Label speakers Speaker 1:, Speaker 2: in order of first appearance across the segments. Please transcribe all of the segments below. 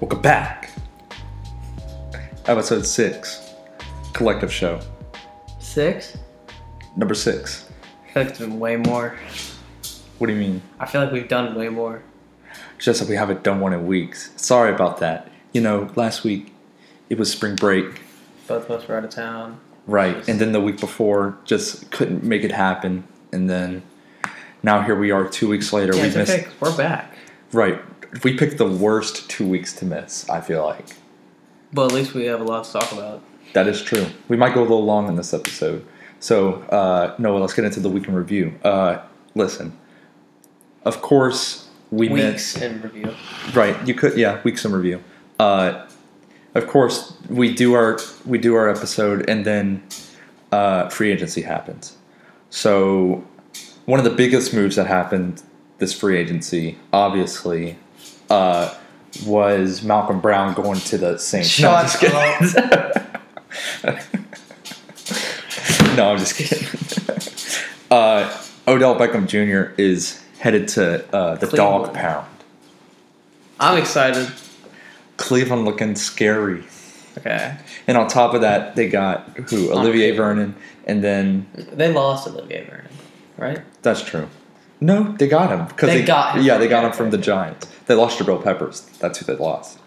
Speaker 1: Welcome back. Episode six, collective show
Speaker 2: Six?
Speaker 1: number six.
Speaker 2: I feel like it's been way more.
Speaker 1: What do you mean?
Speaker 2: I feel like we've done way more.
Speaker 1: Just that we haven't done one in weeks. Sorry about that. You know, last week it was spring break,
Speaker 2: Both of us were out of town.
Speaker 1: right? And then the week before just couldn't make it happen, and then now here we are two weeks later.
Speaker 2: Yeah,
Speaker 1: we
Speaker 2: it's
Speaker 1: missed
Speaker 2: okay, 'cause we're back.
Speaker 1: right. We picked the worst two weeks to miss. I feel like.
Speaker 2: But at least we have a lot to talk about.
Speaker 1: That is true. We might go a little long in this episode. So, uh, Noah, let's get into the week in review. Uh, listen, of course, we
Speaker 2: Weeks
Speaker 1: missed.
Speaker 2: in review.
Speaker 1: Right, you could, yeah, weeks in review. Uh, of course, we do our we do our episode, and then uh, free agency happens. So, one of the biggest moves that happened this free agency, obviously, uh, was Malcolm Brown going to the Saints. No, I'm just kidding.
Speaker 2: up.
Speaker 1: No, I'm just kidding. uh, Odell Beckham Jr. is headed to uh, the
Speaker 2: Cleveland.
Speaker 1: dog pound.
Speaker 2: I'm excited.
Speaker 1: Cleveland looking scary.
Speaker 2: Okay.
Speaker 1: And on top of that, they got who? Olivier Vernon. And then,
Speaker 2: They lost Olivier Vernon, right?
Speaker 1: that's true. No, they got him. 'cause
Speaker 2: They got him.
Speaker 1: Yeah, they got him from the Giants. They lost Jabril Peppers. That's who they lost.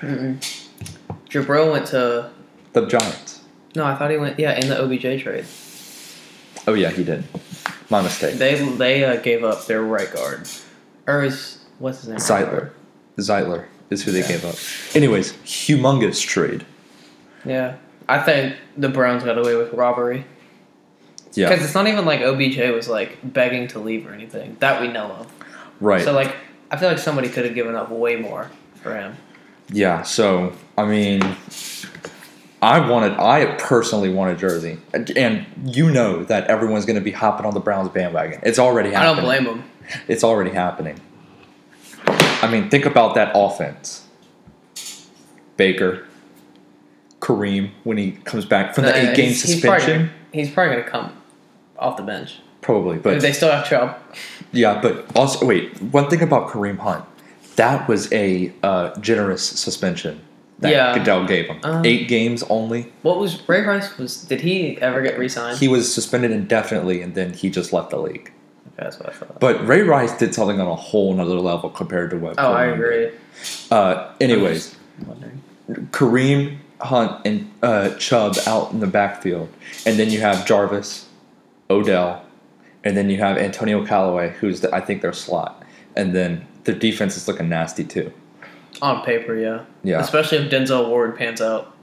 Speaker 2: Jabril went to.
Speaker 1: The Giants.
Speaker 2: No, I thought he went. Yeah, in the OBJ trade,
Speaker 1: Oh, yeah, he did. My mistake.
Speaker 2: they they uh, gave up their right guard. Or is what's his name?
Speaker 1: Zeitler. Zeitler is who they gave up. Anyways, humongous trade.
Speaker 2: Yeah, I think the Browns got away with robbery. Because
Speaker 1: Yeah.
Speaker 2: it's not even like OBJ was like begging to leave or anything that we know of.
Speaker 1: Right.
Speaker 2: So like, I feel like somebody could have given up way more for him.
Speaker 1: Yeah, so I mean, I wanted, I personally want a jersey, and you know that everyone's going to be hopping on the Browns bandwagon. It's already
Speaker 2: I
Speaker 1: happening.
Speaker 2: don't blame him.
Speaker 1: It's already happening. I mean, think about that offense. Baker, Kareem, when he comes back from the
Speaker 2: Uh,
Speaker 1: eight-game
Speaker 2: he's- he's probably
Speaker 1: suspension,
Speaker 2: gonna- He's probably, gonna come off the bench.
Speaker 1: probably, but
Speaker 2: they still have trouble.
Speaker 1: Yeah, but also wait. One thing about Kareem Hunt, that was a uh, generous suspension that
Speaker 2: Yeah.
Speaker 1: Goodell gave him.
Speaker 2: Um,
Speaker 1: Eight games only.
Speaker 2: What was Ray Rice? Was did he ever get re-signed?
Speaker 1: He was suspended indefinitely, and then he just left the league.
Speaker 2: Okay, That's what I thought.
Speaker 1: But Ray Rice did something on a whole nother level compared to what.
Speaker 2: Oh, I
Speaker 1: Kareem
Speaker 2: agree.
Speaker 1: did. Uh, anyways,
Speaker 2: I'm wondering.
Speaker 1: Kareem Hunt and uh, Chubb out in the backfield, and then you have Jarvis, Odell, and then you have Antonio Callaway, who's the, I think their slot, and then their defense is looking nasty too.
Speaker 2: On paper, yeah.
Speaker 1: Yeah.
Speaker 2: Especially if Denzel Ward pans out.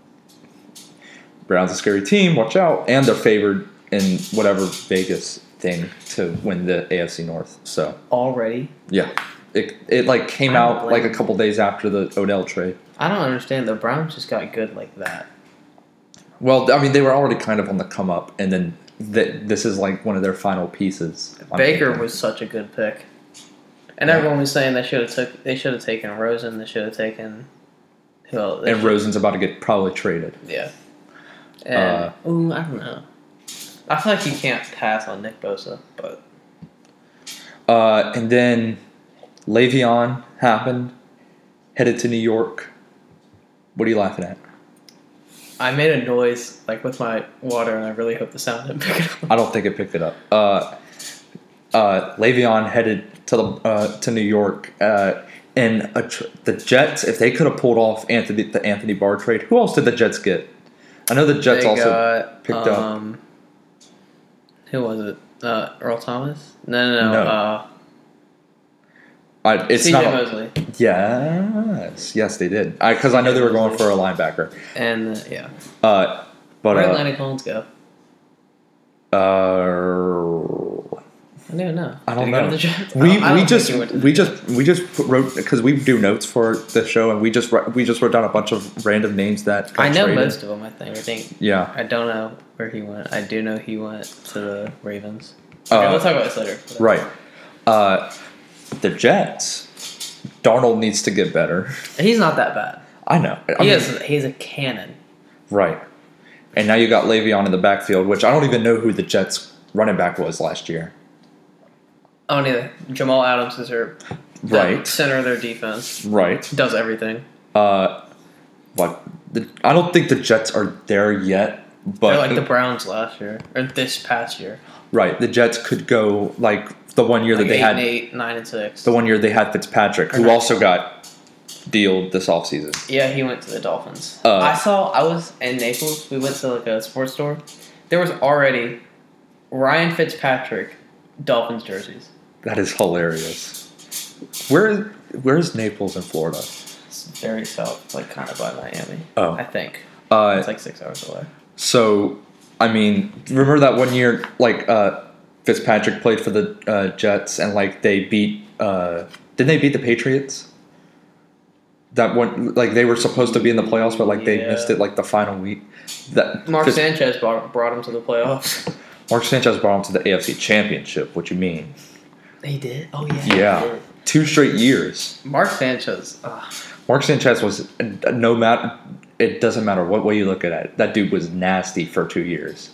Speaker 1: Browns a scary team. Watch out, and they're favored in whatever Vegas thing to win the AFC North. So
Speaker 2: Already,
Speaker 1: yeah, it it like came
Speaker 2: I don't
Speaker 1: out like a
Speaker 2: blame-
Speaker 1: couple days after the Odell trade.
Speaker 2: I don't understand. The Browns just got good like that.
Speaker 1: Well, I mean they were already kind of on the come up, and then th- this is like one of their final pieces. I'm
Speaker 2: Baker
Speaker 1: thinking.
Speaker 2: was such a good pick, and
Speaker 1: Yeah.
Speaker 2: everyone was saying they should have took they should have taken Rosen. They should have taken who else? They
Speaker 1: and uh, Rosen's about to get probably traded.
Speaker 2: should- yeah. And ooh, I don't know. I feel like you can't pass on Nick Bosa, but
Speaker 1: Uh, and then Le'Veon happened, headed to New York. What are you laughing at?
Speaker 2: I made a noise like with my water, and I really hope the sound didn't pick it up.
Speaker 1: I don't think it picked it up. Uh, uh, Le'Veon headed to the uh, to New York, uh, and a tr- the Jets. If they could have pulled off Anthony the Anthony Barr trade, who else did the Jets get? I know the Jets
Speaker 2: They
Speaker 1: also
Speaker 2: got,
Speaker 1: picked up-
Speaker 2: um, Who was it? Uh, Earl Thomas? No, no, no.
Speaker 1: No.
Speaker 2: Uh,
Speaker 1: I, it's
Speaker 2: C.J.
Speaker 1: not.
Speaker 2: Mosley.
Speaker 1: Yes, yes, they did. Because I, know they were going for a linebacker,
Speaker 2: And uh, yeah,
Speaker 1: uh, but
Speaker 2: where
Speaker 1: uh,
Speaker 2: Atlanta Collins go?
Speaker 1: uh,
Speaker 2: I don't even know.
Speaker 1: I don't
Speaker 2: Did he
Speaker 1: know.
Speaker 2: Go to the Jets? I
Speaker 1: We,
Speaker 2: don't- I
Speaker 1: we
Speaker 2: don't
Speaker 1: just
Speaker 2: think he went to the
Speaker 1: we just we just put- wrote because we do notes for the show and we just wri- we just wrote down a bunch of random names that got
Speaker 2: I know
Speaker 1: traded.
Speaker 2: most of them. I think. I think.
Speaker 1: Yeah,
Speaker 2: I don't know where he went. I do know he went to the Ravens.
Speaker 1: Uh,
Speaker 2: Okay, we'll talk about this later.
Speaker 1: right. Uh, the Jets. Darnold needs to get better.
Speaker 2: He's not that bad.
Speaker 1: I know. I
Speaker 2: He
Speaker 1: mean,
Speaker 2: is. He's a cannon.
Speaker 1: right. And now you got Le'Veon in the backfield, which I don't even know who the Jets running back was last year.
Speaker 2: Oh, neither. Jamal Adams is their the
Speaker 1: Right.
Speaker 2: center of their defense.
Speaker 1: Right.
Speaker 2: Does everything.
Speaker 1: Uh, like the, I don't think the Jets are there yet, but
Speaker 2: They're like the Browns last year or this past year.
Speaker 1: right, the Jets could go like the one year
Speaker 2: Like
Speaker 1: that they
Speaker 2: eight
Speaker 1: had
Speaker 2: and eight, nine and six.
Speaker 1: the one year they had Fitzpatrick, who
Speaker 2: Okay.
Speaker 1: also got dealed this offseason.
Speaker 2: Yeah, he went to the Dolphins.
Speaker 1: Uh,
Speaker 2: I saw. I was in Naples. We went to like a sports store. There was already Ryan Fitzpatrick Dolphins jerseys.
Speaker 1: That is hilarious. Where where is Naples in Florida?
Speaker 2: It's very south, like kind of by Miami.
Speaker 1: Oh.
Speaker 2: I think
Speaker 1: Uh,
Speaker 2: it's like six hours away.
Speaker 1: So, I mean, remember that one year, like uh, Fitzpatrick played for the uh, Jets, and like they beat, uh, didn't they beat the Patriots? That one, like they were supposed to be in the playoffs, but like they
Speaker 2: Yeah.
Speaker 1: missed it, like the final week. That
Speaker 2: Mark
Speaker 1: Fitz-
Speaker 2: Sanchez brought, brought him to the playoffs.
Speaker 1: Mark Sanchez brought him to the AFC Championship. What you mean?
Speaker 2: They did. Oh
Speaker 1: Yeah, two straight years.
Speaker 2: Mark Sanchez. ugh.
Speaker 1: Mark Sanchez was no matter. It doesn't matter what way you look at it. That dude was nasty for two years.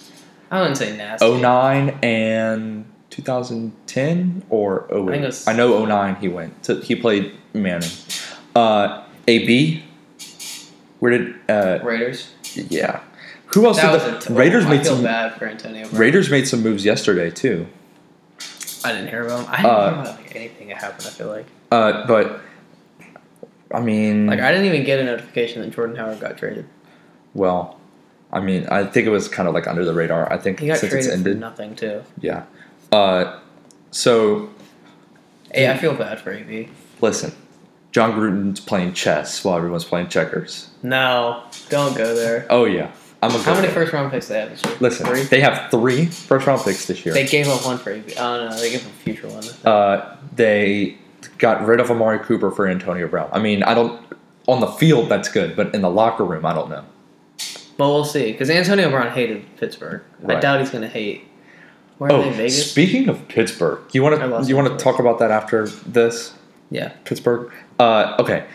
Speaker 2: I wouldn't say nasty.
Speaker 1: 09 and 2010 or 08. I,
Speaker 2: think it was-
Speaker 1: know 09 he went. To, he played Manning. Uh, AB. Where did uh,
Speaker 2: Raiders.
Speaker 1: yeah? Who else
Speaker 2: That was
Speaker 1: did
Speaker 2: a
Speaker 1: Oh, the
Speaker 2: t-
Speaker 1: Raiders
Speaker 2: I
Speaker 1: made
Speaker 2: feel
Speaker 1: some
Speaker 2: bad for Antonio. Brown.
Speaker 1: Raiders made some moves yesterday too.
Speaker 2: I didn't hear about him. I didn't
Speaker 1: Uh,
Speaker 2: hear about like, anything that happened. I feel like
Speaker 1: Uh, but I mean,
Speaker 2: like I didn't even get a notification that Jordan Howard got traded.
Speaker 1: well, I mean, I think it was kind of like under the radar. I think
Speaker 2: He got
Speaker 1: since it's
Speaker 2: traded for
Speaker 1: ended,
Speaker 2: nothing too.
Speaker 1: yeah. Uh, so
Speaker 2: Hey, I feel bad for AB.
Speaker 1: listen, John Gruden's playing chess while everyone's playing checkers.
Speaker 2: No, don't go there.
Speaker 1: Oh yeah, I'm a.
Speaker 2: How many
Speaker 1: go-getter.
Speaker 2: first round picks they have this year?
Speaker 1: Listen,
Speaker 2: Three?
Speaker 1: they have three first round picks this year.
Speaker 2: They gave up one for AB. Oh no, they gave up a future one.
Speaker 1: uh, they got rid of Amari Cooper for Antonio Brown. I mean, I don't. On the field, that's good, but in the locker room, I don't know.
Speaker 2: But we'll see, because Antonio Brown hated Pittsburgh. I
Speaker 1: Right.
Speaker 2: doubt he's gonna hate. Where are
Speaker 1: Oh,
Speaker 2: they? Vegas.
Speaker 1: speaking of Pittsburgh, you want
Speaker 2: I
Speaker 1: to
Speaker 2: lost
Speaker 1: you
Speaker 2: my
Speaker 1: want to
Speaker 2: place.
Speaker 1: talk about that after this
Speaker 2: yeah.
Speaker 1: Pittsburgh? Uh, okay,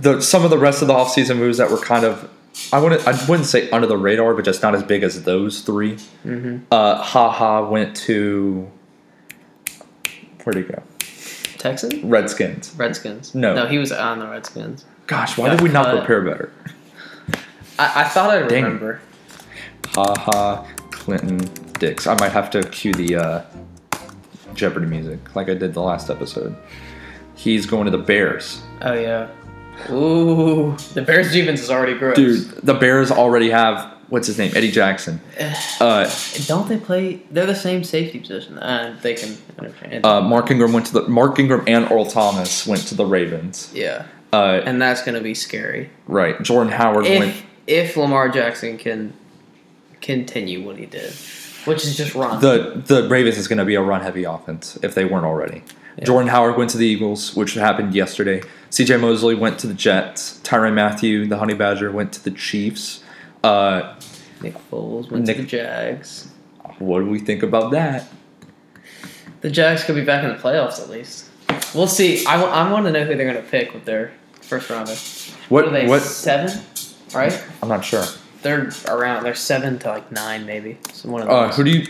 Speaker 1: the some of the rest of the offseason moves that were kind of I wouldn't I wouldn't say under the radar, but just not as big as those three.
Speaker 2: Mm-hmm.
Speaker 1: Uh, haha went to where'd he go?
Speaker 2: Texans.
Speaker 1: Redskins.
Speaker 2: Redskins.
Speaker 1: No.
Speaker 2: No, he was on the Redskins.
Speaker 1: Gosh, why
Speaker 2: Got
Speaker 1: did we not
Speaker 2: cut.
Speaker 1: prepare better?
Speaker 2: I, I thought I
Speaker 1: Dang it.
Speaker 2: remember.
Speaker 1: Haha, Clinton Dix. I might have to cue the uh, Jeopardy music like I did the last episode. He's going to the Bears.
Speaker 2: Oh yeah. Ooh, the Bears defense is already gross.
Speaker 1: Dude, the Bears already have, what's his name? Eddie Jackson. Uh,
Speaker 2: don't they play? They're the same safety position. Uh, they can understand.
Speaker 1: uh, Mark Ingram went to the, Mark Ingram and Earl Thomas went to the Ravens.
Speaker 2: yeah,
Speaker 1: Uh,
Speaker 2: and that's gonna be scary.
Speaker 1: right. Jordan Howard went.
Speaker 2: If if Lamar Jackson can continue what he did, which is just run.
Speaker 1: The, the Ravens is going to be a run heavy offense if they weren't already. Jordan Howard went to the Eagles, which happened yesterday. CJ Mosley went to the Jets. Tyron Matthew, the Honey Badger, went to the Chiefs. Uh,
Speaker 2: Nick Foles went
Speaker 1: Nick-
Speaker 2: to the Jags.
Speaker 1: what do we think about that?
Speaker 2: The Jags could be back in the playoffs at least. We'll see. I want to know who they're gonna pick with their first rounder.
Speaker 1: What?
Speaker 2: What are they
Speaker 1: What?
Speaker 2: seven? Right?
Speaker 1: I'm not sure.
Speaker 2: They're around. They're seven to like nine maybe. So one of
Speaker 1: Uh,
Speaker 2: those.
Speaker 1: who do you?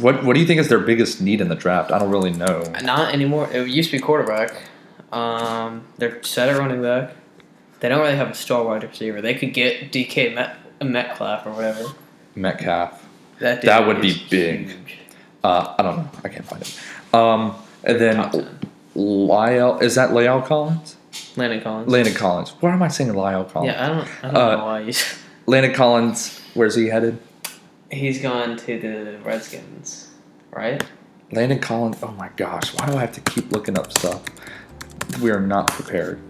Speaker 1: What? What do you think is their biggest need in the draft? I don't really know.
Speaker 2: Not anymore. It used to be quarterback. Um, they're set at running back. They don't really have a star wide receiver. They could get DK Met, Metcalf or whatever.
Speaker 1: Metcalf.
Speaker 2: That, dude
Speaker 1: That would
Speaker 2: is
Speaker 1: be big.
Speaker 2: huge.
Speaker 1: Uh, I don't know. I can't find it. Um, and
Speaker 2: Top
Speaker 1: then
Speaker 2: 10.
Speaker 1: Lyle. Is that Lyle Collins?
Speaker 2: Landon Collins.
Speaker 1: Landon Collins. Why am I saying Lyle Collins?
Speaker 2: yeah, I don't, I don't
Speaker 1: Uh,
Speaker 2: know why. You,
Speaker 1: Landon Collins. Where's he headed?
Speaker 2: he's gone to the Redskins, right?
Speaker 1: Landon Collins. Oh my gosh, why do I have to keep looking up stuff? We are not prepared.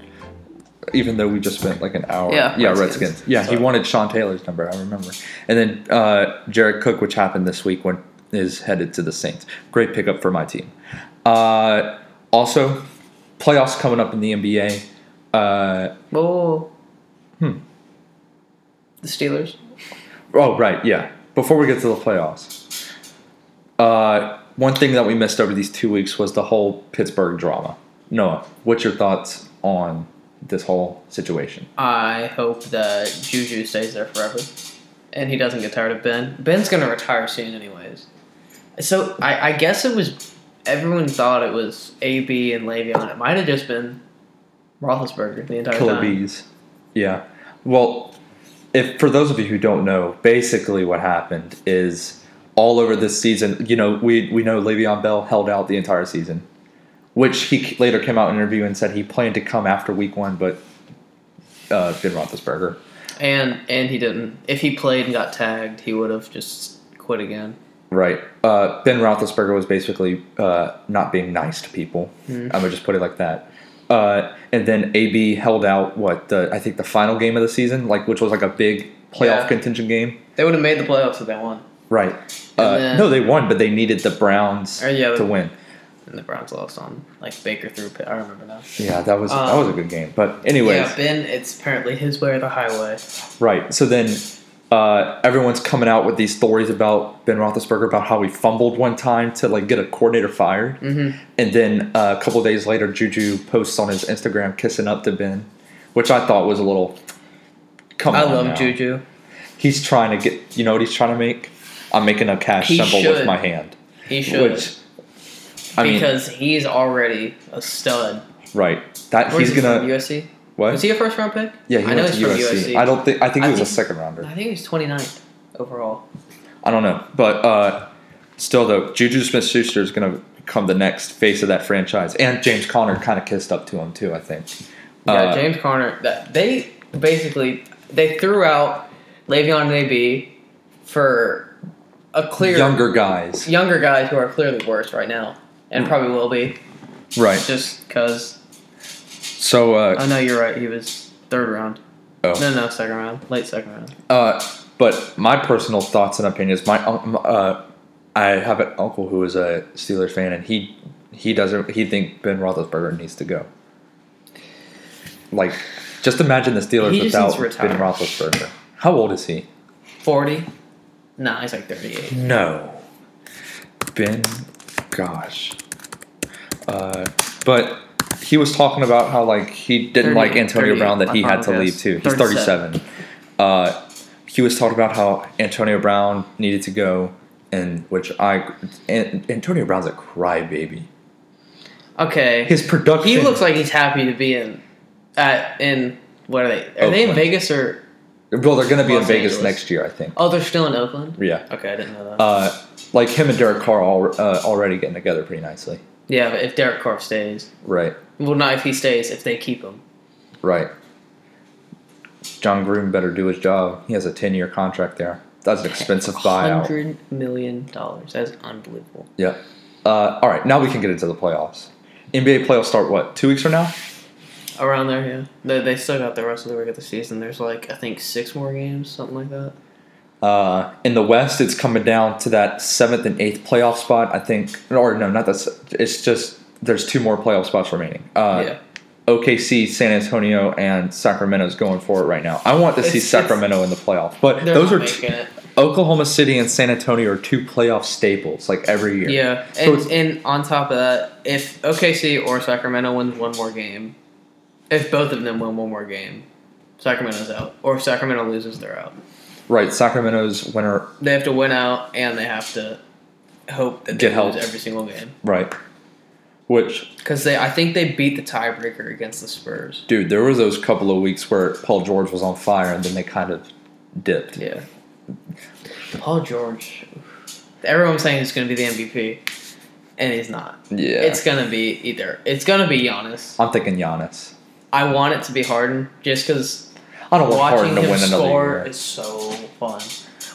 Speaker 1: Even though we just spent like an hour.
Speaker 2: Yeah,
Speaker 1: yeah,
Speaker 2: Redskins.
Speaker 1: Redskins. Yeah, he
Speaker 2: So-
Speaker 1: wanted Sean Taylor's number. I remember. And then uh, Jared Cook, which happened this week, when is headed to the Saints. Great pickup for my team. Uh, also, playoffs coming up in the NBA. Uh,
Speaker 2: Oh.
Speaker 1: Hmm.
Speaker 2: The Steelers.
Speaker 1: oh right, yeah. Before we get to the playoffs, uh, one thing that we missed over these two weeks was the whole Pittsburgh drama. Noah, what's your thoughts on this whole situation?
Speaker 2: I hope that Juju stays there forever, and he doesn't get tired of Ben. Ben's gonna retire soon, anyways. So I, I guess it was everyone thought it was AB and Le'Veon. It might have just been Roethlisberger the entire
Speaker 1: Killer
Speaker 2: time.
Speaker 1: bees. Yeah. Well, if for those of you who don't know, basically what happened is all over this season, you know, we we know Le'Veon Bell held out the entire season, which he c- later came out in an interview and said he planned to come after week one, but uh, Ben Roethlisberger.
Speaker 2: And and he didn't. If he played and got tagged, he would have just quit again.
Speaker 1: Right. Uh, ben Roethlisberger was basically uh, not being nice to people.
Speaker 2: Hmm.
Speaker 1: I'm gonna just put it like that. Uh, and then AB held out what the I think the final game of the season, like which was like a big playoff
Speaker 2: Yeah.
Speaker 1: contingent game.
Speaker 2: They would have made the playoffs if they won,
Speaker 1: Right. Uh,
Speaker 2: then-
Speaker 1: no, they won, but they needed the Browns
Speaker 2: Oh, yeah,
Speaker 1: to
Speaker 2: but-
Speaker 1: win.
Speaker 2: and the Browns lost on like Baker threw. a pick. I remember that.
Speaker 1: Yeah, that was that
Speaker 2: Um,
Speaker 1: was a good game. But anyways,
Speaker 2: Yeah, Ben. It's apparently his way or the highway.
Speaker 1: right. So then uh, everyone's coming out with these stories about Ben Roethlisberger about how he fumbled one time to like get a coordinator fired,
Speaker 2: Mm-hmm.
Speaker 1: and then uh, a couple days later, Juju posts on his Instagram kissing up to Ben, which I thought was a little. Come
Speaker 2: I
Speaker 1: on
Speaker 2: love
Speaker 1: now.
Speaker 2: Juju.
Speaker 1: He's trying to get. You know what he's trying to make? I'm making a cash
Speaker 2: He
Speaker 1: symbol with
Speaker 2: should.
Speaker 1: my hand,
Speaker 2: He should
Speaker 1: which. I mean,
Speaker 2: because he's already a stud.
Speaker 1: right? That
Speaker 2: Where
Speaker 1: he's
Speaker 2: is he
Speaker 1: gonna
Speaker 2: from USC.
Speaker 1: what?
Speaker 2: Was he a first round pick?
Speaker 1: Yeah, he
Speaker 2: I know
Speaker 1: went
Speaker 2: he's
Speaker 1: to
Speaker 2: from
Speaker 1: USC.
Speaker 2: USC.
Speaker 1: I don't think I think
Speaker 2: I
Speaker 1: he was a
Speaker 2: think-
Speaker 1: second rounder.
Speaker 2: I think he's 29th overall.
Speaker 1: I don't know, but uh, still though, Juju Smith-Schuster is going to become the next face of that franchise, and James Conner kind of kissed up to him too. I think.
Speaker 2: Yeah,
Speaker 1: Uh,
Speaker 2: James Conner. That they basically they threw out Le'Veon and AB for a clear
Speaker 1: younger guys,
Speaker 2: younger guys who are clearly worse right now
Speaker 1: Mm.
Speaker 2: and probably will be
Speaker 1: right?
Speaker 2: just because.
Speaker 1: So uh,
Speaker 2: I know you're right. He was third round.
Speaker 1: Oh.
Speaker 2: No, no, second round, late second round.
Speaker 1: Uh, but my personal thoughts and opinions. My um, uh, I have an uncle who is a Steelers fan, and he he doesn't he think Ben Roethlisberger needs to go. Like, just imagine the Steelers
Speaker 2: He just needs
Speaker 1: without
Speaker 2: to
Speaker 1: Ben
Speaker 2: retire.
Speaker 1: Roethlisberger. How old is he?
Speaker 2: Forty. Nah, he's like thirty-eight.
Speaker 1: No. Ben, gosh. Uh, but he was talking about how like he didn't
Speaker 2: 30,
Speaker 1: like Antonio
Speaker 2: 38,
Speaker 1: Brown that
Speaker 2: my
Speaker 1: he had to
Speaker 2: final
Speaker 1: leave
Speaker 2: guess.
Speaker 1: too. He's
Speaker 2: 37.
Speaker 1: 37. Uh, he was talking about how Antonio Brown needed to go, and which I An- Antonio Brown's a crybaby.
Speaker 2: Okay.
Speaker 1: His production.
Speaker 2: he looks like he's happy to be in. At in what are they? Are they in
Speaker 1: Oakland.
Speaker 2: Vegas or?
Speaker 1: well, they're going to be in
Speaker 2: Los
Speaker 1: Vegas
Speaker 2: Angeles.
Speaker 1: next year, I think.
Speaker 2: Oh, they're still in Oakland.
Speaker 1: Yeah.
Speaker 2: Okay, I didn't know that.
Speaker 1: Uh, like him and Derek Carr al- uh, already getting together pretty nicely.
Speaker 2: yeah, but if Derek Carr stays,
Speaker 1: Right.
Speaker 2: well, not if he stays. If they keep him,
Speaker 1: Right. John Gruden better do his job. He has a 10 year contract there. That's an expensive buyout.
Speaker 2: hundred million dollars. That's unbelievable.
Speaker 1: Yeah. Uh, all right, now we can get into the playoffs. NBA playoffs start what? Two weeks from now?
Speaker 2: Around there, yeah. They, they still got the rest of the regular season. There's like I think six more games, something like that.
Speaker 1: Uh, in the West, it's coming down to that seventh and eighth playoff spot. I think, or no, not that. se- It's just there's two more playoff spots remaining. Uh,
Speaker 2: yeah.
Speaker 1: OKC, San Antonio, and Sacramento's going for it right now. I want to see
Speaker 2: It's- it's-
Speaker 1: Sacramento in the playoff, but
Speaker 2: They're
Speaker 1: those
Speaker 2: not
Speaker 1: are t-
Speaker 2: making it.
Speaker 1: Oklahoma City and San Antonio are two playoff staples, like every year.
Speaker 2: Yeah,
Speaker 1: So
Speaker 2: and,
Speaker 1: it's-
Speaker 2: and on top of that, if OKC or Sacramento wins one more game, if both of them win one more game, Sacramento's out. Or if Sacramento loses, they're out.
Speaker 1: Right, Sacramento's winner.
Speaker 2: They have to win out, and they have to hope that they
Speaker 1: Get
Speaker 2: lose
Speaker 1: help.
Speaker 2: every single game.
Speaker 1: Right. Which,
Speaker 2: Because they, I think they beat the tiebreaker against the Spurs.
Speaker 1: dude, there were those couple of weeks where Paul George was on fire, and then they kind of dipped.
Speaker 2: Yeah. Paul George. Everyone's saying he's going to be the MVP, and he's not.
Speaker 1: Yeah.
Speaker 2: It's going to be either. It's going to be Giannis.
Speaker 1: I'm thinking Giannis.
Speaker 2: I want it to be Harden, just because
Speaker 1: I don't want
Speaker 2: Watching
Speaker 1: Harden to
Speaker 2: him
Speaker 1: win
Speaker 2: score
Speaker 1: another year.
Speaker 2: is so fun.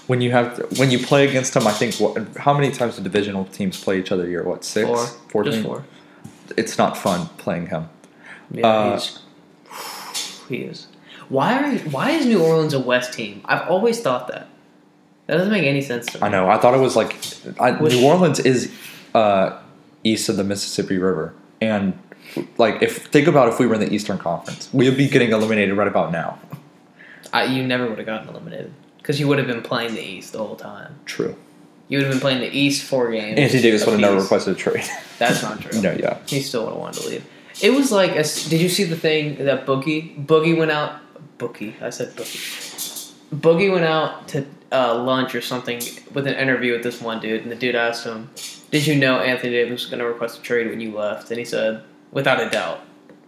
Speaker 1: When you have when you play against him, I think what, how many times do divisional teams play each other a year? What six?
Speaker 2: Four,
Speaker 1: Four
Speaker 2: just
Speaker 1: teams?
Speaker 2: four.
Speaker 1: It's not fun playing him.
Speaker 2: Yeah,
Speaker 1: Uh,
Speaker 2: he's, he is. Why are why is New Orleans a West team? I've always thought that. That doesn't make any sense to me.
Speaker 1: I know. I thought it was like I,
Speaker 2: Which-
Speaker 1: New Orleans is uh, east of the Mississippi River, and like if think about if we were in the Eastern Conference, we would be getting eliminated right about now.
Speaker 2: I, you never would have gotten eliminated because you would have been playing the East the whole time.
Speaker 1: True.
Speaker 2: You would have been playing the East four games.
Speaker 1: Anthony Davis would have never
Speaker 2: apiece.
Speaker 1: requested a trade.
Speaker 2: That's not true.
Speaker 1: no, yeah.
Speaker 2: He still would have wanted to leave. It was like, a s did you see the thing that Boogie Boogie went out? Boogie, I said Boogie. Boogie went out to uh, lunch or something with an interview with this one dude, and the dude asked him, "Did you know Anthony Davis was going to request a trade when you left?" And he said, "Without a doubt,"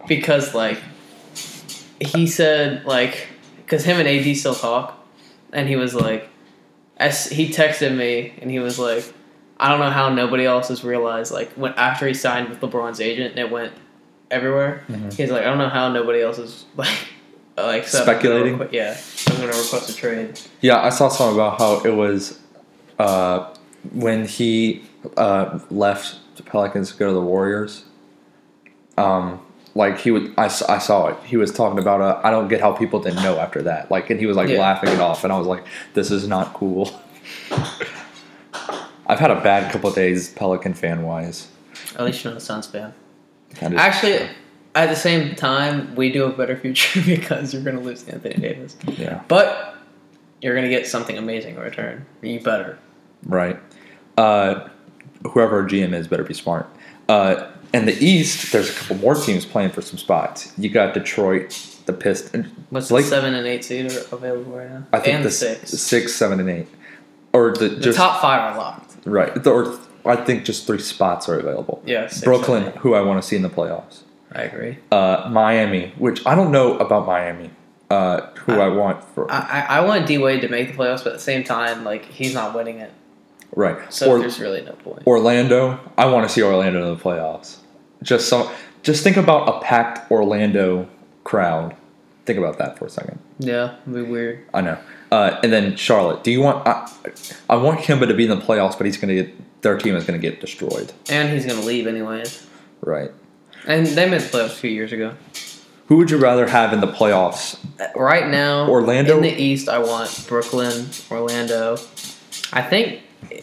Speaker 2: because like he said like because him and AD still talk, and he was like, as he texted me and he was like, I don't know how nobody else has realized like when after he signed with LeBron's agent and it went everywhere.
Speaker 1: Mm-hmm.
Speaker 2: He's like, I don't know how nobody else is like like so I'm gonna
Speaker 1: Speculating?
Speaker 2: requ- yeah, I'm gonna request a trade.
Speaker 1: Yeah, I saw something about how it was uh, when he uh, left the Pelicans to go to the Warriors. Um, like he would, I, s- I saw it. He was talking about, uh, I don't get how people didn't know after that. Like, and he was like
Speaker 2: Yeah.
Speaker 1: laughing it off, and I was like, this is not cool. I've had a bad couple of days, Pelican fan wise.
Speaker 2: At least you're not a Suns fan. Actually, at the same time, we do have a better future because you're gonna lose Anthony Davis,
Speaker 1: yeah.
Speaker 2: but you're gonna get something amazing in return. You better.
Speaker 1: Right. Uh, whoever our GM is better be smart. Uh, in the East, there's a couple more teams playing for some spots. You got Detroit, the Pistons.
Speaker 2: What's
Speaker 1: Blake-
Speaker 2: the seven and eight seed are available right now?
Speaker 1: I think
Speaker 2: and
Speaker 1: the
Speaker 2: the six.
Speaker 1: six, seven, and eight, or the,
Speaker 2: the
Speaker 1: just
Speaker 2: top five are locked.
Speaker 1: right. The, or I think just three spots are available.
Speaker 2: Yeah, six,
Speaker 1: Brooklyn,
Speaker 2: seven,
Speaker 1: who I want to see in the playoffs.
Speaker 2: I agree.
Speaker 1: Uh, Miami, which I don't know about Miami. Uh, who I, want for
Speaker 2: I, I, I want D Wade to make the playoffs, but at the same time, like he's not winning it,
Speaker 1: right
Speaker 2: so
Speaker 1: or
Speaker 2: there's really no point.
Speaker 1: Orlando. I want to see Orlando in the playoffs. Just some. Just think about a packed Orlando crowd. Think about that for a second.
Speaker 2: yeah, it'd be weird.
Speaker 1: I know. Uh, and then Charlotte. Do you want? I, I want Kimba to be in the playoffs, but he's going to get their team is going to get destroyed.
Speaker 2: And he's gonna leave anyways.
Speaker 1: Right.
Speaker 2: And they made the playoffs a few years ago.
Speaker 1: Who would you rather have in the playoffs?
Speaker 2: Right now,
Speaker 1: Orlando-
Speaker 2: in the East, I want Brooklyn, Orlando. I think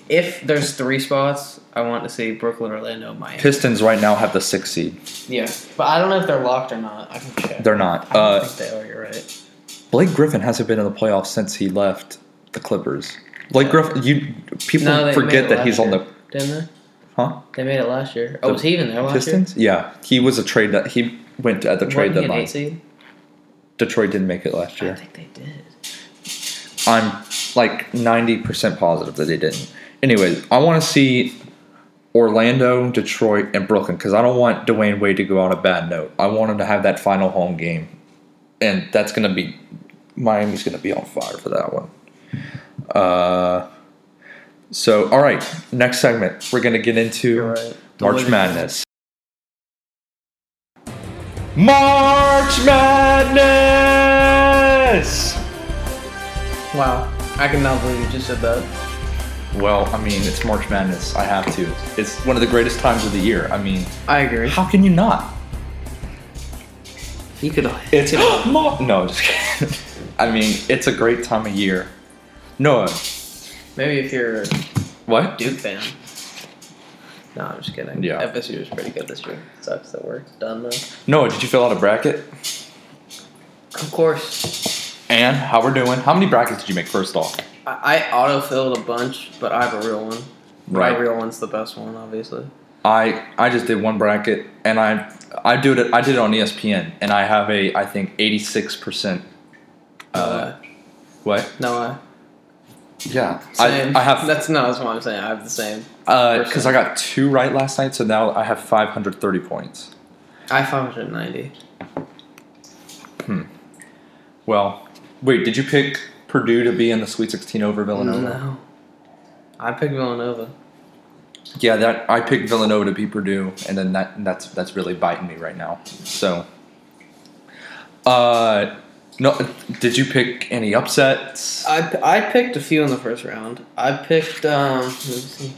Speaker 2: if there's three spots, I want to see Brooklyn, Orlando, Miami.
Speaker 1: Pistons right now have the sixth seed.
Speaker 2: Yeah, but I don't know if they're locked or not. I can check.
Speaker 1: They're not.
Speaker 2: I don't
Speaker 1: Uh,
Speaker 2: think they are. You're right.
Speaker 1: Blake Griffin hasn't been in the playoffs since he left the Clippers. Blake Griffin, you people
Speaker 2: No, they made
Speaker 1: forget
Speaker 2: it
Speaker 1: that he's
Speaker 2: last
Speaker 1: on
Speaker 2: year,
Speaker 1: the
Speaker 2: Didn't they?
Speaker 1: huh
Speaker 2: They made it last year. Oh,
Speaker 1: The
Speaker 2: was he even there last year?
Speaker 1: Pistons. Yeah, he was a trade that he went to, at the trade
Speaker 2: Wasn't he an
Speaker 1: deadline.
Speaker 2: eight seed?
Speaker 1: Detroit didn't make it last
Speaker 2: I
Speaker 1: year.
Speaker 2: think they did.
Speaker 1: I'm like 90% positive that they didn't. Anyways, I want to see Orlando, Detroit, and Brooklyn because I don't want Dwayne Wade to go on a bad note. I want him to have that final home game, and that's gonna be Miami's gonna be on fire for that one. Uh, so all right, next segment we're gonna get into
Speaker 2: You're right.
Speaker 1: March
Speaker 2: Dwayne-
Speaker 1: Madness. March Madness.
Speaker 2: Wow, I cannot believe you just said that.
Speaker 1: Well, I mean, it's March Madness. I have to. It's one of the greatest times of the year. I mean,
Speaker 2: I agree.
Speaker 1: how can you not?
Speaker 2: You could.
Speaker 1: It's Mar- no, just kidding. I mean, it's a great time of year. Noah,
Speaker 2: Maybe if you're a
Speaker 1: what?
Speaker 2: Duke fan. No, I'm just kidding.
Speaker 1: Yeah.
Speaker 2: FSU was pretty good this year. Sucks that we're done though.
Speaker 1: Noah, did you fill out a bracket?
Speaker 2: Of course,
Speaker 1: And how we're doing? How many brackets did you make first off?
Speaker 2: I, I auto filled a bunch, but I have a real one.
Speaker 1: Right.
Speaker 2: My real one's the best one, obviously.
Speaker 1: I I just did one bracket, and I I do it I did it on E ESPN, and I have a I think eighty six percent.
Speaker 2: Uh,
Speaker 1: What?
Speaker 2: no, I.
Speaker 1: Yeah,
Speaker 2: Same.
Speaker 1: I, I have
Speaker 2: That's no. That's what I'm saying. I have the same.
Speaker 1: because I got two right last night, so now I have five hundred thirty points.
Speaker 2: I have 590.
Speaker 1: Well, wait, did you pick Purdue to be in the Sweet 16 over Villanova?
Speaker 2: No. I picked Villanova.
Speaker 1: Yeah, that I picked Villanova to beat Purdue, and then that that's that's really biting me right now. So, uh, no, did you pick any upsets?
Speaker 2: I, I picked a few in the first round. I picked um, let me see.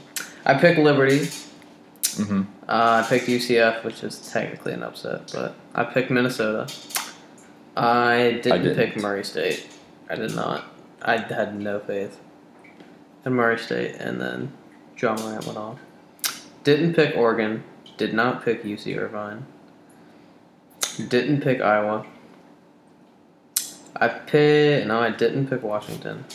Speaker 2: I picked Liberty.
Speaker 1: hmm
Speaker 2: Uh, I picked UCF, which is technically an upset, but I picked Minnesota. I didn't,
Speaker 1: didn't.
Speaker 2: pick Murray State. I did not. I had no faith in Murray State, and then John Morant went off. Didn't pick Oregon. Did not pick UC Irvine. Didn't pick Iowa. I pick no. I didn't pick Washington.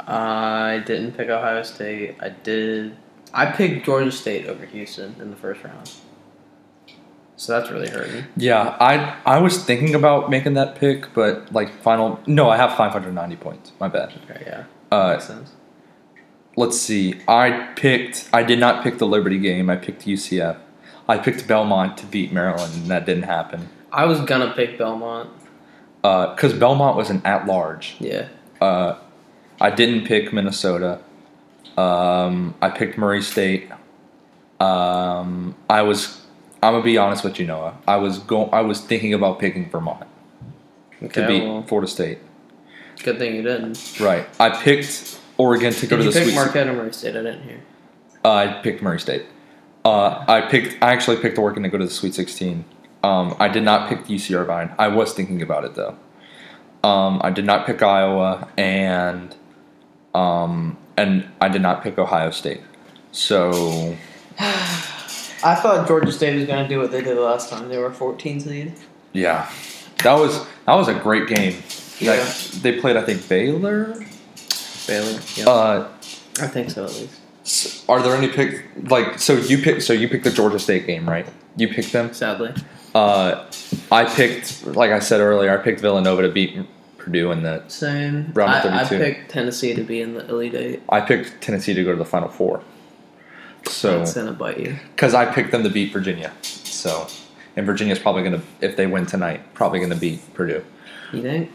Speaker 2: I didn't pick Ohio State. I did. I picked Georgia State over Houston in the first round. So that's really hurting.
Speaker 1: Yeah, I I was thinking about making that pick, but like final, no, I have 590 points. My bad.
Speaker 2: Okay, yeah,
Speaker 1: Uh,
Speaker 2: makes sense.
Speaker 1: let's see. I picked. I did not pick the Liberty game. I picked UCF. I picked Belmont to beat Maryland, and that didn't happen.
Speaker 2: I was gonna pick Belmont.
Speaker 1: because Belmont was an at large.
Speaker 2: Yeah.
Speaker 1: Uh, I didn't pick Minnesota. Um, I picked Murray State. Um, I was. I'm gonna be honest with you, Noah. I was going. I was thinking about picking Vermont to
Speaker 2: Okay.
Speaker 1: beat
Speaker 2: well,
Speaker 1: Florida State.
Speaker 2: good thing you didn't.
Speaker 1: Right. I picked Oregon to go
Speaker 2: Did
Speaker 1: to
Speaker 2: you
Speaker 1: the
Speaker 2: pick
Speaker 1: Sweet. Six-
Speaker 2: Marquette or Murray State? I didn't hear.
Speaker 1: Uh, I picked Murray State. Uh, I picked. I actually picked Oregon to go to the Sweet 16. Um, I did not pick UC Irvine. I was thinking about it though. Um, I did not pick Iowa, and um, and I did not pick Ohio State. So
Speaker 2: I thought Georgia State was going to do what they did last time. They were 14 seed.
Speaker 1: yeah, that was that was a great game.
Speaker 2: Yeah.
Speaker 1: Like, they played, I think Baylor.
Speaker 2: Baylor. Yeah.
Speaker 1: Uh,
Speaker 2: I think so at least.
Speaker 1: s- are there any pick like so you pick so you picked the Georgia State game right? You picked them.
Speaker 2: Sadly.
Speaker 1: Uh, I picked, like I said earlier, I picked Villanova to beat Purdue in the.
Speaker 2: Same.
Speaker 1: Round of
Speaker 2: I, I
Speaker 1: 32.
Speaker 2: picked Tennessee to be in the Elite Eight.
Speaker 1: I picked Tennessee to go to the Final Four. So,
Speaker 2: That's gonna bite you.
Speaker 1: because I picked them to beat Virginia, so and Virginia's probably gonna, if they win tonight, probably gonna beat Purdue.
Speaker 2: You think?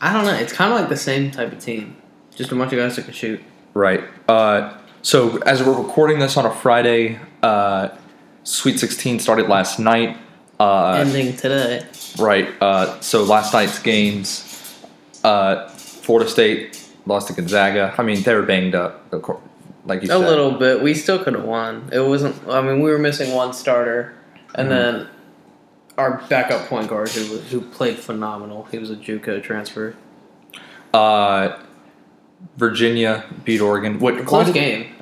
Speaker 2: I don't know. It's kind of like the same type of team. Just a bunch of guys that can shoot.
Speaker 1: Right. Uh, so as we're recording this on a Friday, uh, Sweet 16 started last night. Uh,
Speaker 2: Ending today.
Speaker 1: Right. Uh, so last night's games, uh, Florida State lost to Gonzaga. I mean, they were banged up, of course, like you
Speaker 2: A
Speaker 1: said.
Speaker 2: little bit. We still could have won. It wasn't. I mean, we were missing one starter, and then our backup point guard who who played phenomenal. He was a JUCO transfer.
Speaker 1: Uh, Virginia beat Oregon. What why
Speaker 2: Close
Speaker 1: did-
Speaker 2: game.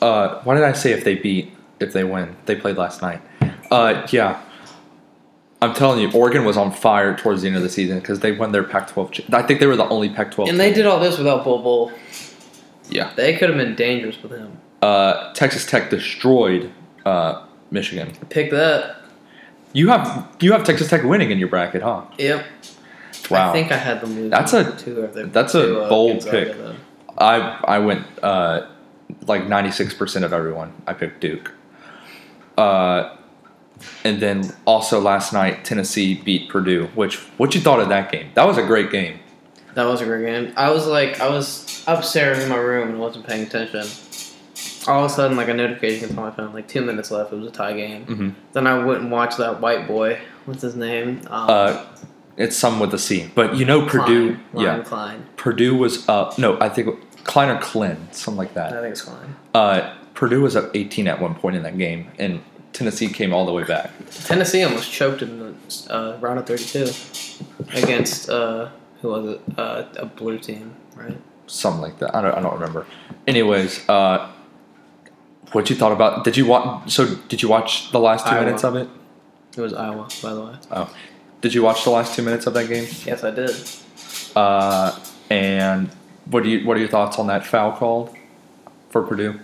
Speaker 1: Uh, why did I say if they beat, if they win? They played last night. Uh, yeah. I'm telling you, Oregon was on fire towards the end of the season because they won their Pac-12. ch- I think they were the only Pac-12.
Speaker 2: And they
Speaker 1: team.
Speaker 2: did all this without Bull Bull.
Speaker 1: Yeah.
Speaker 2: They could have been dangerous with him.
Speaker 1: Uh, Texas Tech destroyed uh, Michigan.
Speaker 2: Pick that.
Speaker 1: You have you have Texas Tech winning in your bracket, huh?
Speaker 2: Yep.
Speaker 1: Wow.
Speaker 2: I think I had them lose.
Speaker 1: That's a-
Speaker 2: two of them.
Speaker 1: that's a
Speaker 2: to, uh,
Speaker 1: bold
Speaker 2: Gonzaga,
Speaker 1: pick.
Speaker 2: though.
Speaker 1: I I went uh, like ninety six percent of everyone. I picked Duke. Uh, and then also last night Tennessee beat Purdue. Which what you thought of that game? That was a great game.
Speaker 2: That was a great game. I was like, I was upstairs in my room and wasn't paying attention. All of a sudden, like a notification comes on my phone. Like two minutes left. It was a tie game.
Speaker 1: Mhm.
Speaker 2: Then I went and watched that white boy. What's his name? Um,
Speaker 1: Uh, it's some with a C, but you know
Speaker 2: Klein.
Speaker 1: Purdue.
Speaker 2: Ryan
Speaker 1: yeah,
Speaker 2: Klein.
Speaker 1: Purdue was up. No, I think Klein or Clint, something like
Speaker 2: I
Speaker 1: that.
Speaker 2: think it's Klein.
Speaker 1: Uh, Purdue was up eighteen at one point in that game, and Tennessee came all the way back.
Speaker 2: Tennessee almost choked in the uh, round of thirty-two against uh, who was it? Uh, a blue team, right?
Speaker 1: something like that. I don't, I don't remember. Anyways, uh, what you thought about? Did you watch? So did you watch the last two
Speaker 2: Iowa.
Speaker 1: minutes of it?
Speaker 2: It was Iowa, by the way.
Speaker 1: Oh, did you watch the last two minutes of that game?
Speaker 2: Yes, I did.
Speaker 1: Uh, and what do you what are your thoughts on that foul called for Purdue?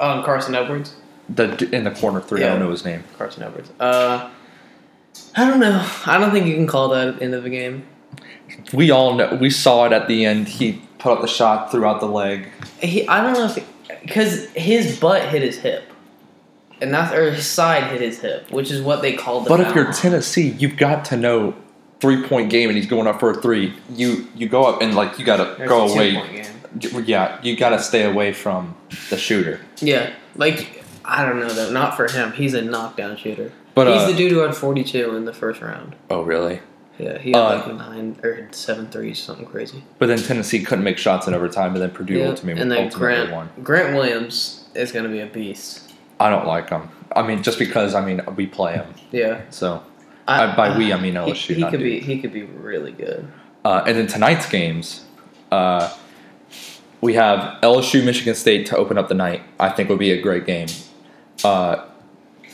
Speaker 2: Um, Carson Edwards.
Speaker 1: The d- in the corner three. I don't
Speaker 2: Yeah.
Speaker 1: know his name.
Speaker 2: Carson Edwards. Uh, I don't know. I don't think you can call that at the end of the game.
Speaker 1: We all know. We saw it at the end. He put up the shot, threw out the leg.
Speaker 2: He, I don't know if because his butt hit his hip, and that's or his side hit his hip, which is what they called. The
Speaker 1: But if
Speaker 2: foul
Speaker 1: you're
Speaker 2: on.
Speaker 1: Tennessee, you've got to know three point game, and he's going up for a three. You you go up and like you gotta
Speaker 2: There's
Speaker 1: go
Speaker 2: a
Speaker 1: away.
Speaker 2: two-point game.
Speaker 1: Yeah, you gotta stay away from the shooter.
Speaker 2: Yeah, like I don't know though. Not for him. He's a knockdown shooter.
Speaker 1: But
Speaker 2: he's
Speaker 1: uh,
Speaker 2: the dude who had 42 in the first round.
Speaker 1: oh really?
Speaker 2: Yeah, he had
Speaker 1: Uh,
Speaker 2: like nine or seven threes, something crazy.
Speaker 1: But then Tennessee couldn't make shots in overtime, and then Purdue
Speaker 2: Yeah,
Speaker 1: ultimately,
Speaker 2: and then
Speaker 1: ultimately
Speaker 2: Grant
Speaker 1: won.
Speaker 2: Grant Williams is gonna be a beast.
Speaker 1: I don't like them. I mean, just because I mean we play them,
Speaker 2: Yeah,
Speaker 1: so I, by we I mean
Speaker 2: Uh, he,
Speaker 1: LSU.
Speaker 2: he
Speaker 1: not
Speaker 2: could
Speaker 1: Duke.
Speaker 2: be he could be really good.
Speaker 1: Uh, and then tonight's games, uh, we have LSU Michigan State to open up the night. I think will be a great game. Uh,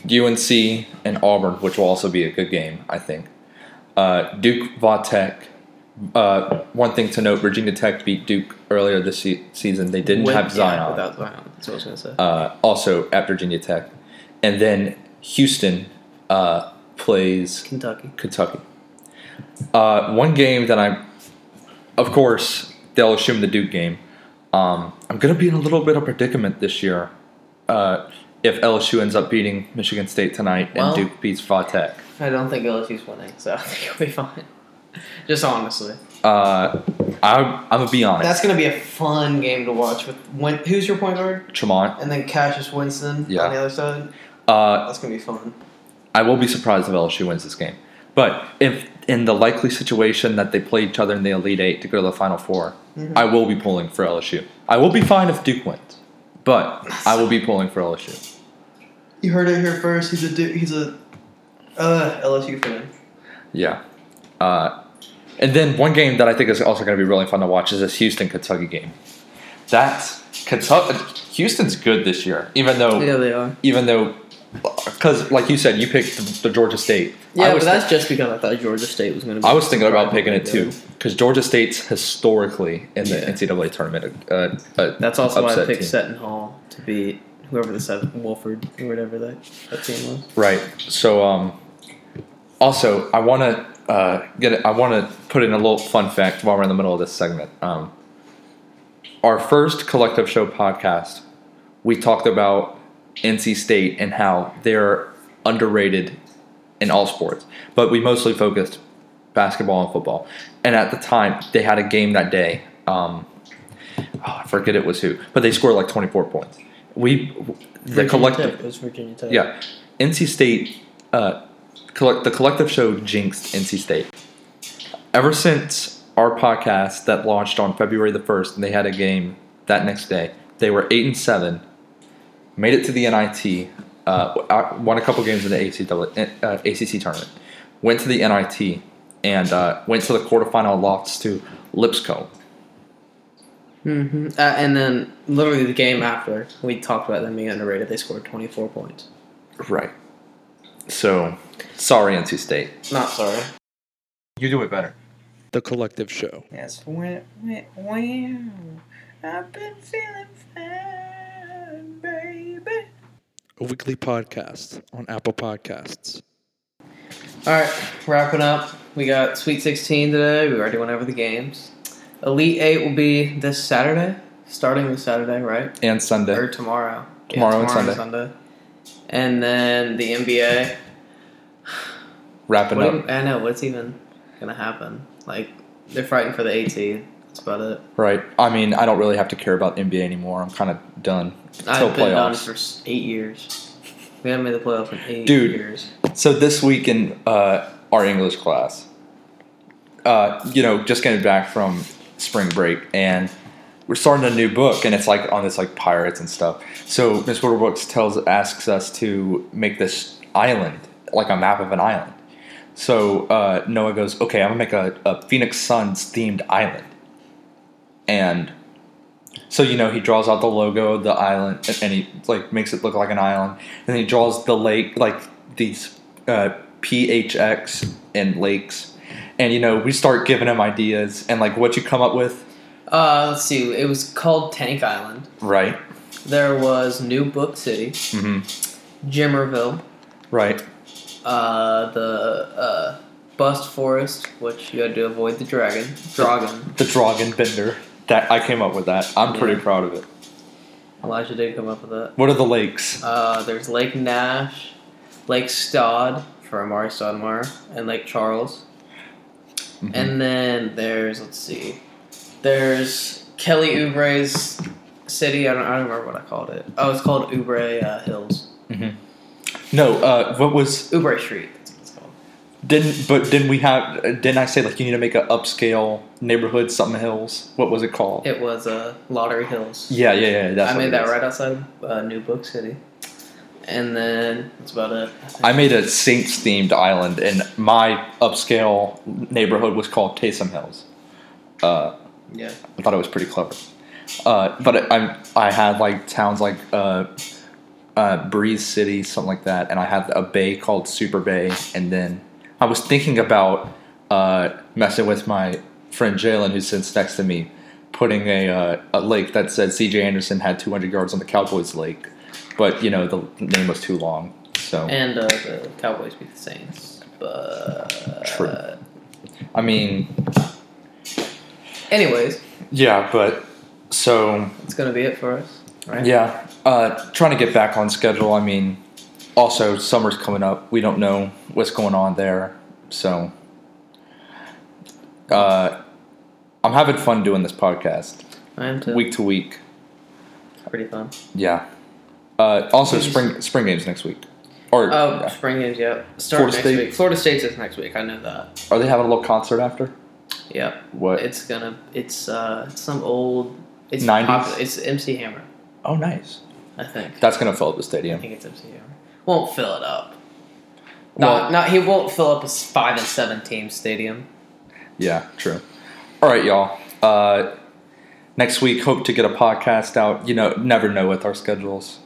Speaker 1: UNC and Auburn, which will also be a good game, I think. Uh, Duke Vautech. Uh, one thing to note: Virginia Tech beat Duke earlier this se- season. They didn't
Speaker 2: With-
Speaker 1: have Zion.
Speaker 2: Yeah, without Zion. That's what I was gonna say.
Speaker 1: uh, also at Virginia Tech, and then Houston uh, plays
Speaker 2: Kentucky.
Speaker 1: Kentucky. Uh, one game that I'm, of course, they'll assume the Duke game. Um, I'm going to be in a little bit of predicament this year uh, if LSU ends up beating Michigan State tonight
Speaker 2: Well-
Speaker 1: and Duke beats Va Tech.
Speaker 2: I don't think LSU's winning, so I think it'll be fine. Just honestly,
Speaker 1: Uh, I'm, I'm gonna be honest.
Speaker 2: that's gonna be a fun game to watch. With when, who's your point guard,
Speaker 1: Tremont.
Speaker 2: and then Cassius Winston
Speaker 1: Yeah.
Speaker 2: on the other side.
Speaker 1: Uh,
Speaker 2: That's gonna be fun.
Speaker 1: I will be surprised if LSU wins this game. But if in the likely situation that they play each other in the Elite Eight to go to the Final 4
Speaker 2: Mm-hmm.
Speaker 1: I will be pulling for LSU. I will be fine if Duke wins, but I will be pulling for LSU.
Speaker 2: You heard it here first. He's a he's a uh, LSU fan.
Speaker 1: Yeah. Uh, and then one game that I think is also going to be really fun to watch is this Houston Kentucky game. That's Kentucky. Houston's good this year, even though
Speaker 2: Yeah, they are.
Speaker 1: even though because like you said, you picked the, the Georgia State.
Speaker 2: Yeah,
Speaker 1: I was
Speaker 2: but that's just because I thought Georgia State was gonna. be
Speaker 1: I was thinking about
Speaker 2: surprisingly
Speaker 1: picking it too
Speaker 2: good.
Speaker 1: because Georgia State's historically in the
Speaker 2: Yeah.
Speaker 1: NCAA tournament. Uh, uh,
Speaker 2: That's also why I
Speaker 1: upset
Speaker 2: picked
Speaker 1: team.
Speaker 2: Seton Hall to be whoever the seventh Wolford or whatever that, that team was.
Speaker 1: Right. So, um, also, I want to uh, get. it- I want to put in a little fun fact while we're in the middle of this segment. Um, our first collective show podcast, we talked about NC State and how they're underrated in all sports, but we mostly focused basketball and football. And at the time, they had a game that day. Um, oh, I forget it was who, but they scored like twenty four points. We the
Speaker 2: Virginia
Speaker 1: collective
Speaker 2: Tech was Virginia Tech.
Speaker 1: yeah, NC State. Uh, collect, the collective show jinxed NC State. Ever since our podcast that launched on February the first, and they had a game that next day, they were eight and seven, made it to the NIT, uh, out- won a couple games in the ACW, uh, ACC tournament, went to the NIT, and uh, went to the quarterfinal loss to Lipscomb.
Speaker 2: hmm Uh, and then literally the game after we talked about them being underrated, they scored twenty four points.
Speaker 1: Right. So, sorry, NC State.
Speaker 2: Not sorry.
Speaker 1: You do it better. The collective show.
Speaker 2: Yes. Wow. I've been feeling fine, baby.
Speaker 1: a weekly podcast on Apple Podcasts.
Speaker 2: All right, wrapping up. We got Sweet 16 today. We already went over the games. Elite 8 will be this Saturday, starting this Saturday, right?
Speaker 1: And Sunday.
Speaker 2: Or tomorrow. Yeah,
Speaker 1: Tomorrow and
Speaker 2: and Sunday. And then the NBA.
Speaker 1: Wrapping
Speaker 2: What
Speaker 1: up.
Speaker 2: do you- I know, what's even going to happen? Like, they're fighting for the AT. That's about it.
Speaker 1: right. I mean, I don't really have to care about NBA anymore. I'm kind of done. Till
Speaker 2: I've been done
Speaker 1: playoffs.
Speaker 2: for s- eight years. We haven't made the playoffs in eight
Speaker 1: Dude.
Speaker 2: years.
Speaker 1: So this week in uh, our English class, uh, you know, just getting back from spring break, and we're starting a new book, and it's like on this like pirates and stuff. So Miss Wilderbooks tells asks us to make this island, like a map of an island. So uh, Noah goes, "Okay, I'm gonna make a, a Phoenix Suns themed island," and so you know he draws out the logo of the island and- and he like makes it look like an island. And he draws the lake like these uh, PHX and lakes. And you know we start giving him ideas and like what you come up with,
Speaker 2: Uh, let's see. It was called Tank Island.
Speaker 1: right?
Speaker 2: There was New Book City,
Speaker 1: Mm-hmm.
Speaker 2: Jimmerville,
Speaker 1: Right.
Speaker 2: uh, the uh, Bust Forest, which you had to avoid the dragon. Dragon.
Speaker 1: The Dragon Bender. That I came up with that. I'm pretty
Speaker 2: Yeah.
Speaker 1: proud of it.
Speaker 2: Elijah did come up with that.
Speaker 1: What are the lakes?
Speaker 2: Uh, there's Lake Nash, Lake Stodd for Amari Stoudemire, and Lake Charles.
Speaker 1: Mm-hmm.
Speaker 2: And then there's let's see, there's Kelly Oubre's city. I don't, I don't remember what I called it. Oh, it's called Oubre uh, Hills,
Speaker 1: No. Uh, what was
Speaker 2: Oubre Street. That's what it's called.
Speaker 1: didn't but didn't we have didn't I say like you need to make an upscale neighborhood something hills? What was it called?
Speaker 2: It was uh, Lottery Hills.
Speaker 1: Yeah, yeah, yeah. That's
Speaker 2: I
Speaker 1: what
Speaker 2: made
Speaker 1: it
Speaker 2: that
Speaker 1: is.
Speaker 2: right outside uh, New Book City. And then that's about it.
Speaker 1: I made a Saints themed island, and my upscale neighborhood was called Taysom Hills. Uh,
Speaker 2: Yeah.
Speaker 1: I thought it was pretty clever. Uh, but I, I'm- I had like towns like uh, uh, Breeze City, something like that, and I had a bay called Super Bay. And then I was thinking about uh, messing with my friend Jalen, who sits next to me, putting a, uh, a lake that said CJ Anderson had 200 yards on the Cowboys Lake, but you know the name was too long. So
Speaker 2: And uh, the Cowboys beat the Saints. But
Speaker 1: True. I mean,
Speaker 2: anyways,
Speaker 1: Yeah, but so
Speaker 2: that's gonna be it for us. Right?
Speaker 1: yeah, uh, trying to get back on schedule. I mean, also summer's coming up. We don't know what's going on there, so uh, I'm having fun doing this podcast
Speaker 2: I am too.
Speaker 1: week to week.
Speaker 2: It's pretty fun.
Speaker 1: Yeah. Uh, also,
Speaker 2: Please.
Speaker 1: spring spring games next week. Or
Speaker 2: Oh,
Speaker 1: yeah.
Speaker 2: spring games. Yep. Start
Speaker 1: Florida
Speaker 2: next
Speaker 1: State.
Speaker 2: week. Florida State's is next week. I know that.
Speaker 1: are they having a little concert after?
Speaker 2: Yep.
Speaker 1: What?
Speaker 2: It's gonna. It's uh. It's some old. It's
Speaker 1: 90s?
Speaker 2: pop- It's MC Hammer.
Speaker 1: oh, nice.
Speaker 2: I think.
Speaker 1: That's gonna fill up the
Speaker 2: I
Speaker 1: stadium.
Speaker 2: think it's MC Hammer. Won't fill it up.
Speaker 1: Well-
Speaker 2: Not, not he won't fill up a s- five and seven team stadium.
Speaker 1: Yeah, true. All right, y'all. Uh, next week, hope to get a podcast out. You know, never know with our schedules.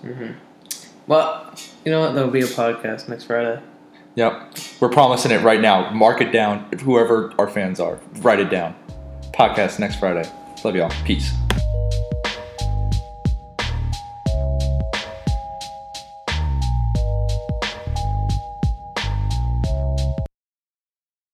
Speaker 2: Well, you know what? There'll be a podcast next Friday.
Speaker 1: Yep, we're promising it right now. Mark it down. Whoever our fans are, write it down. Podcast next Friday. Love y'all. Peace.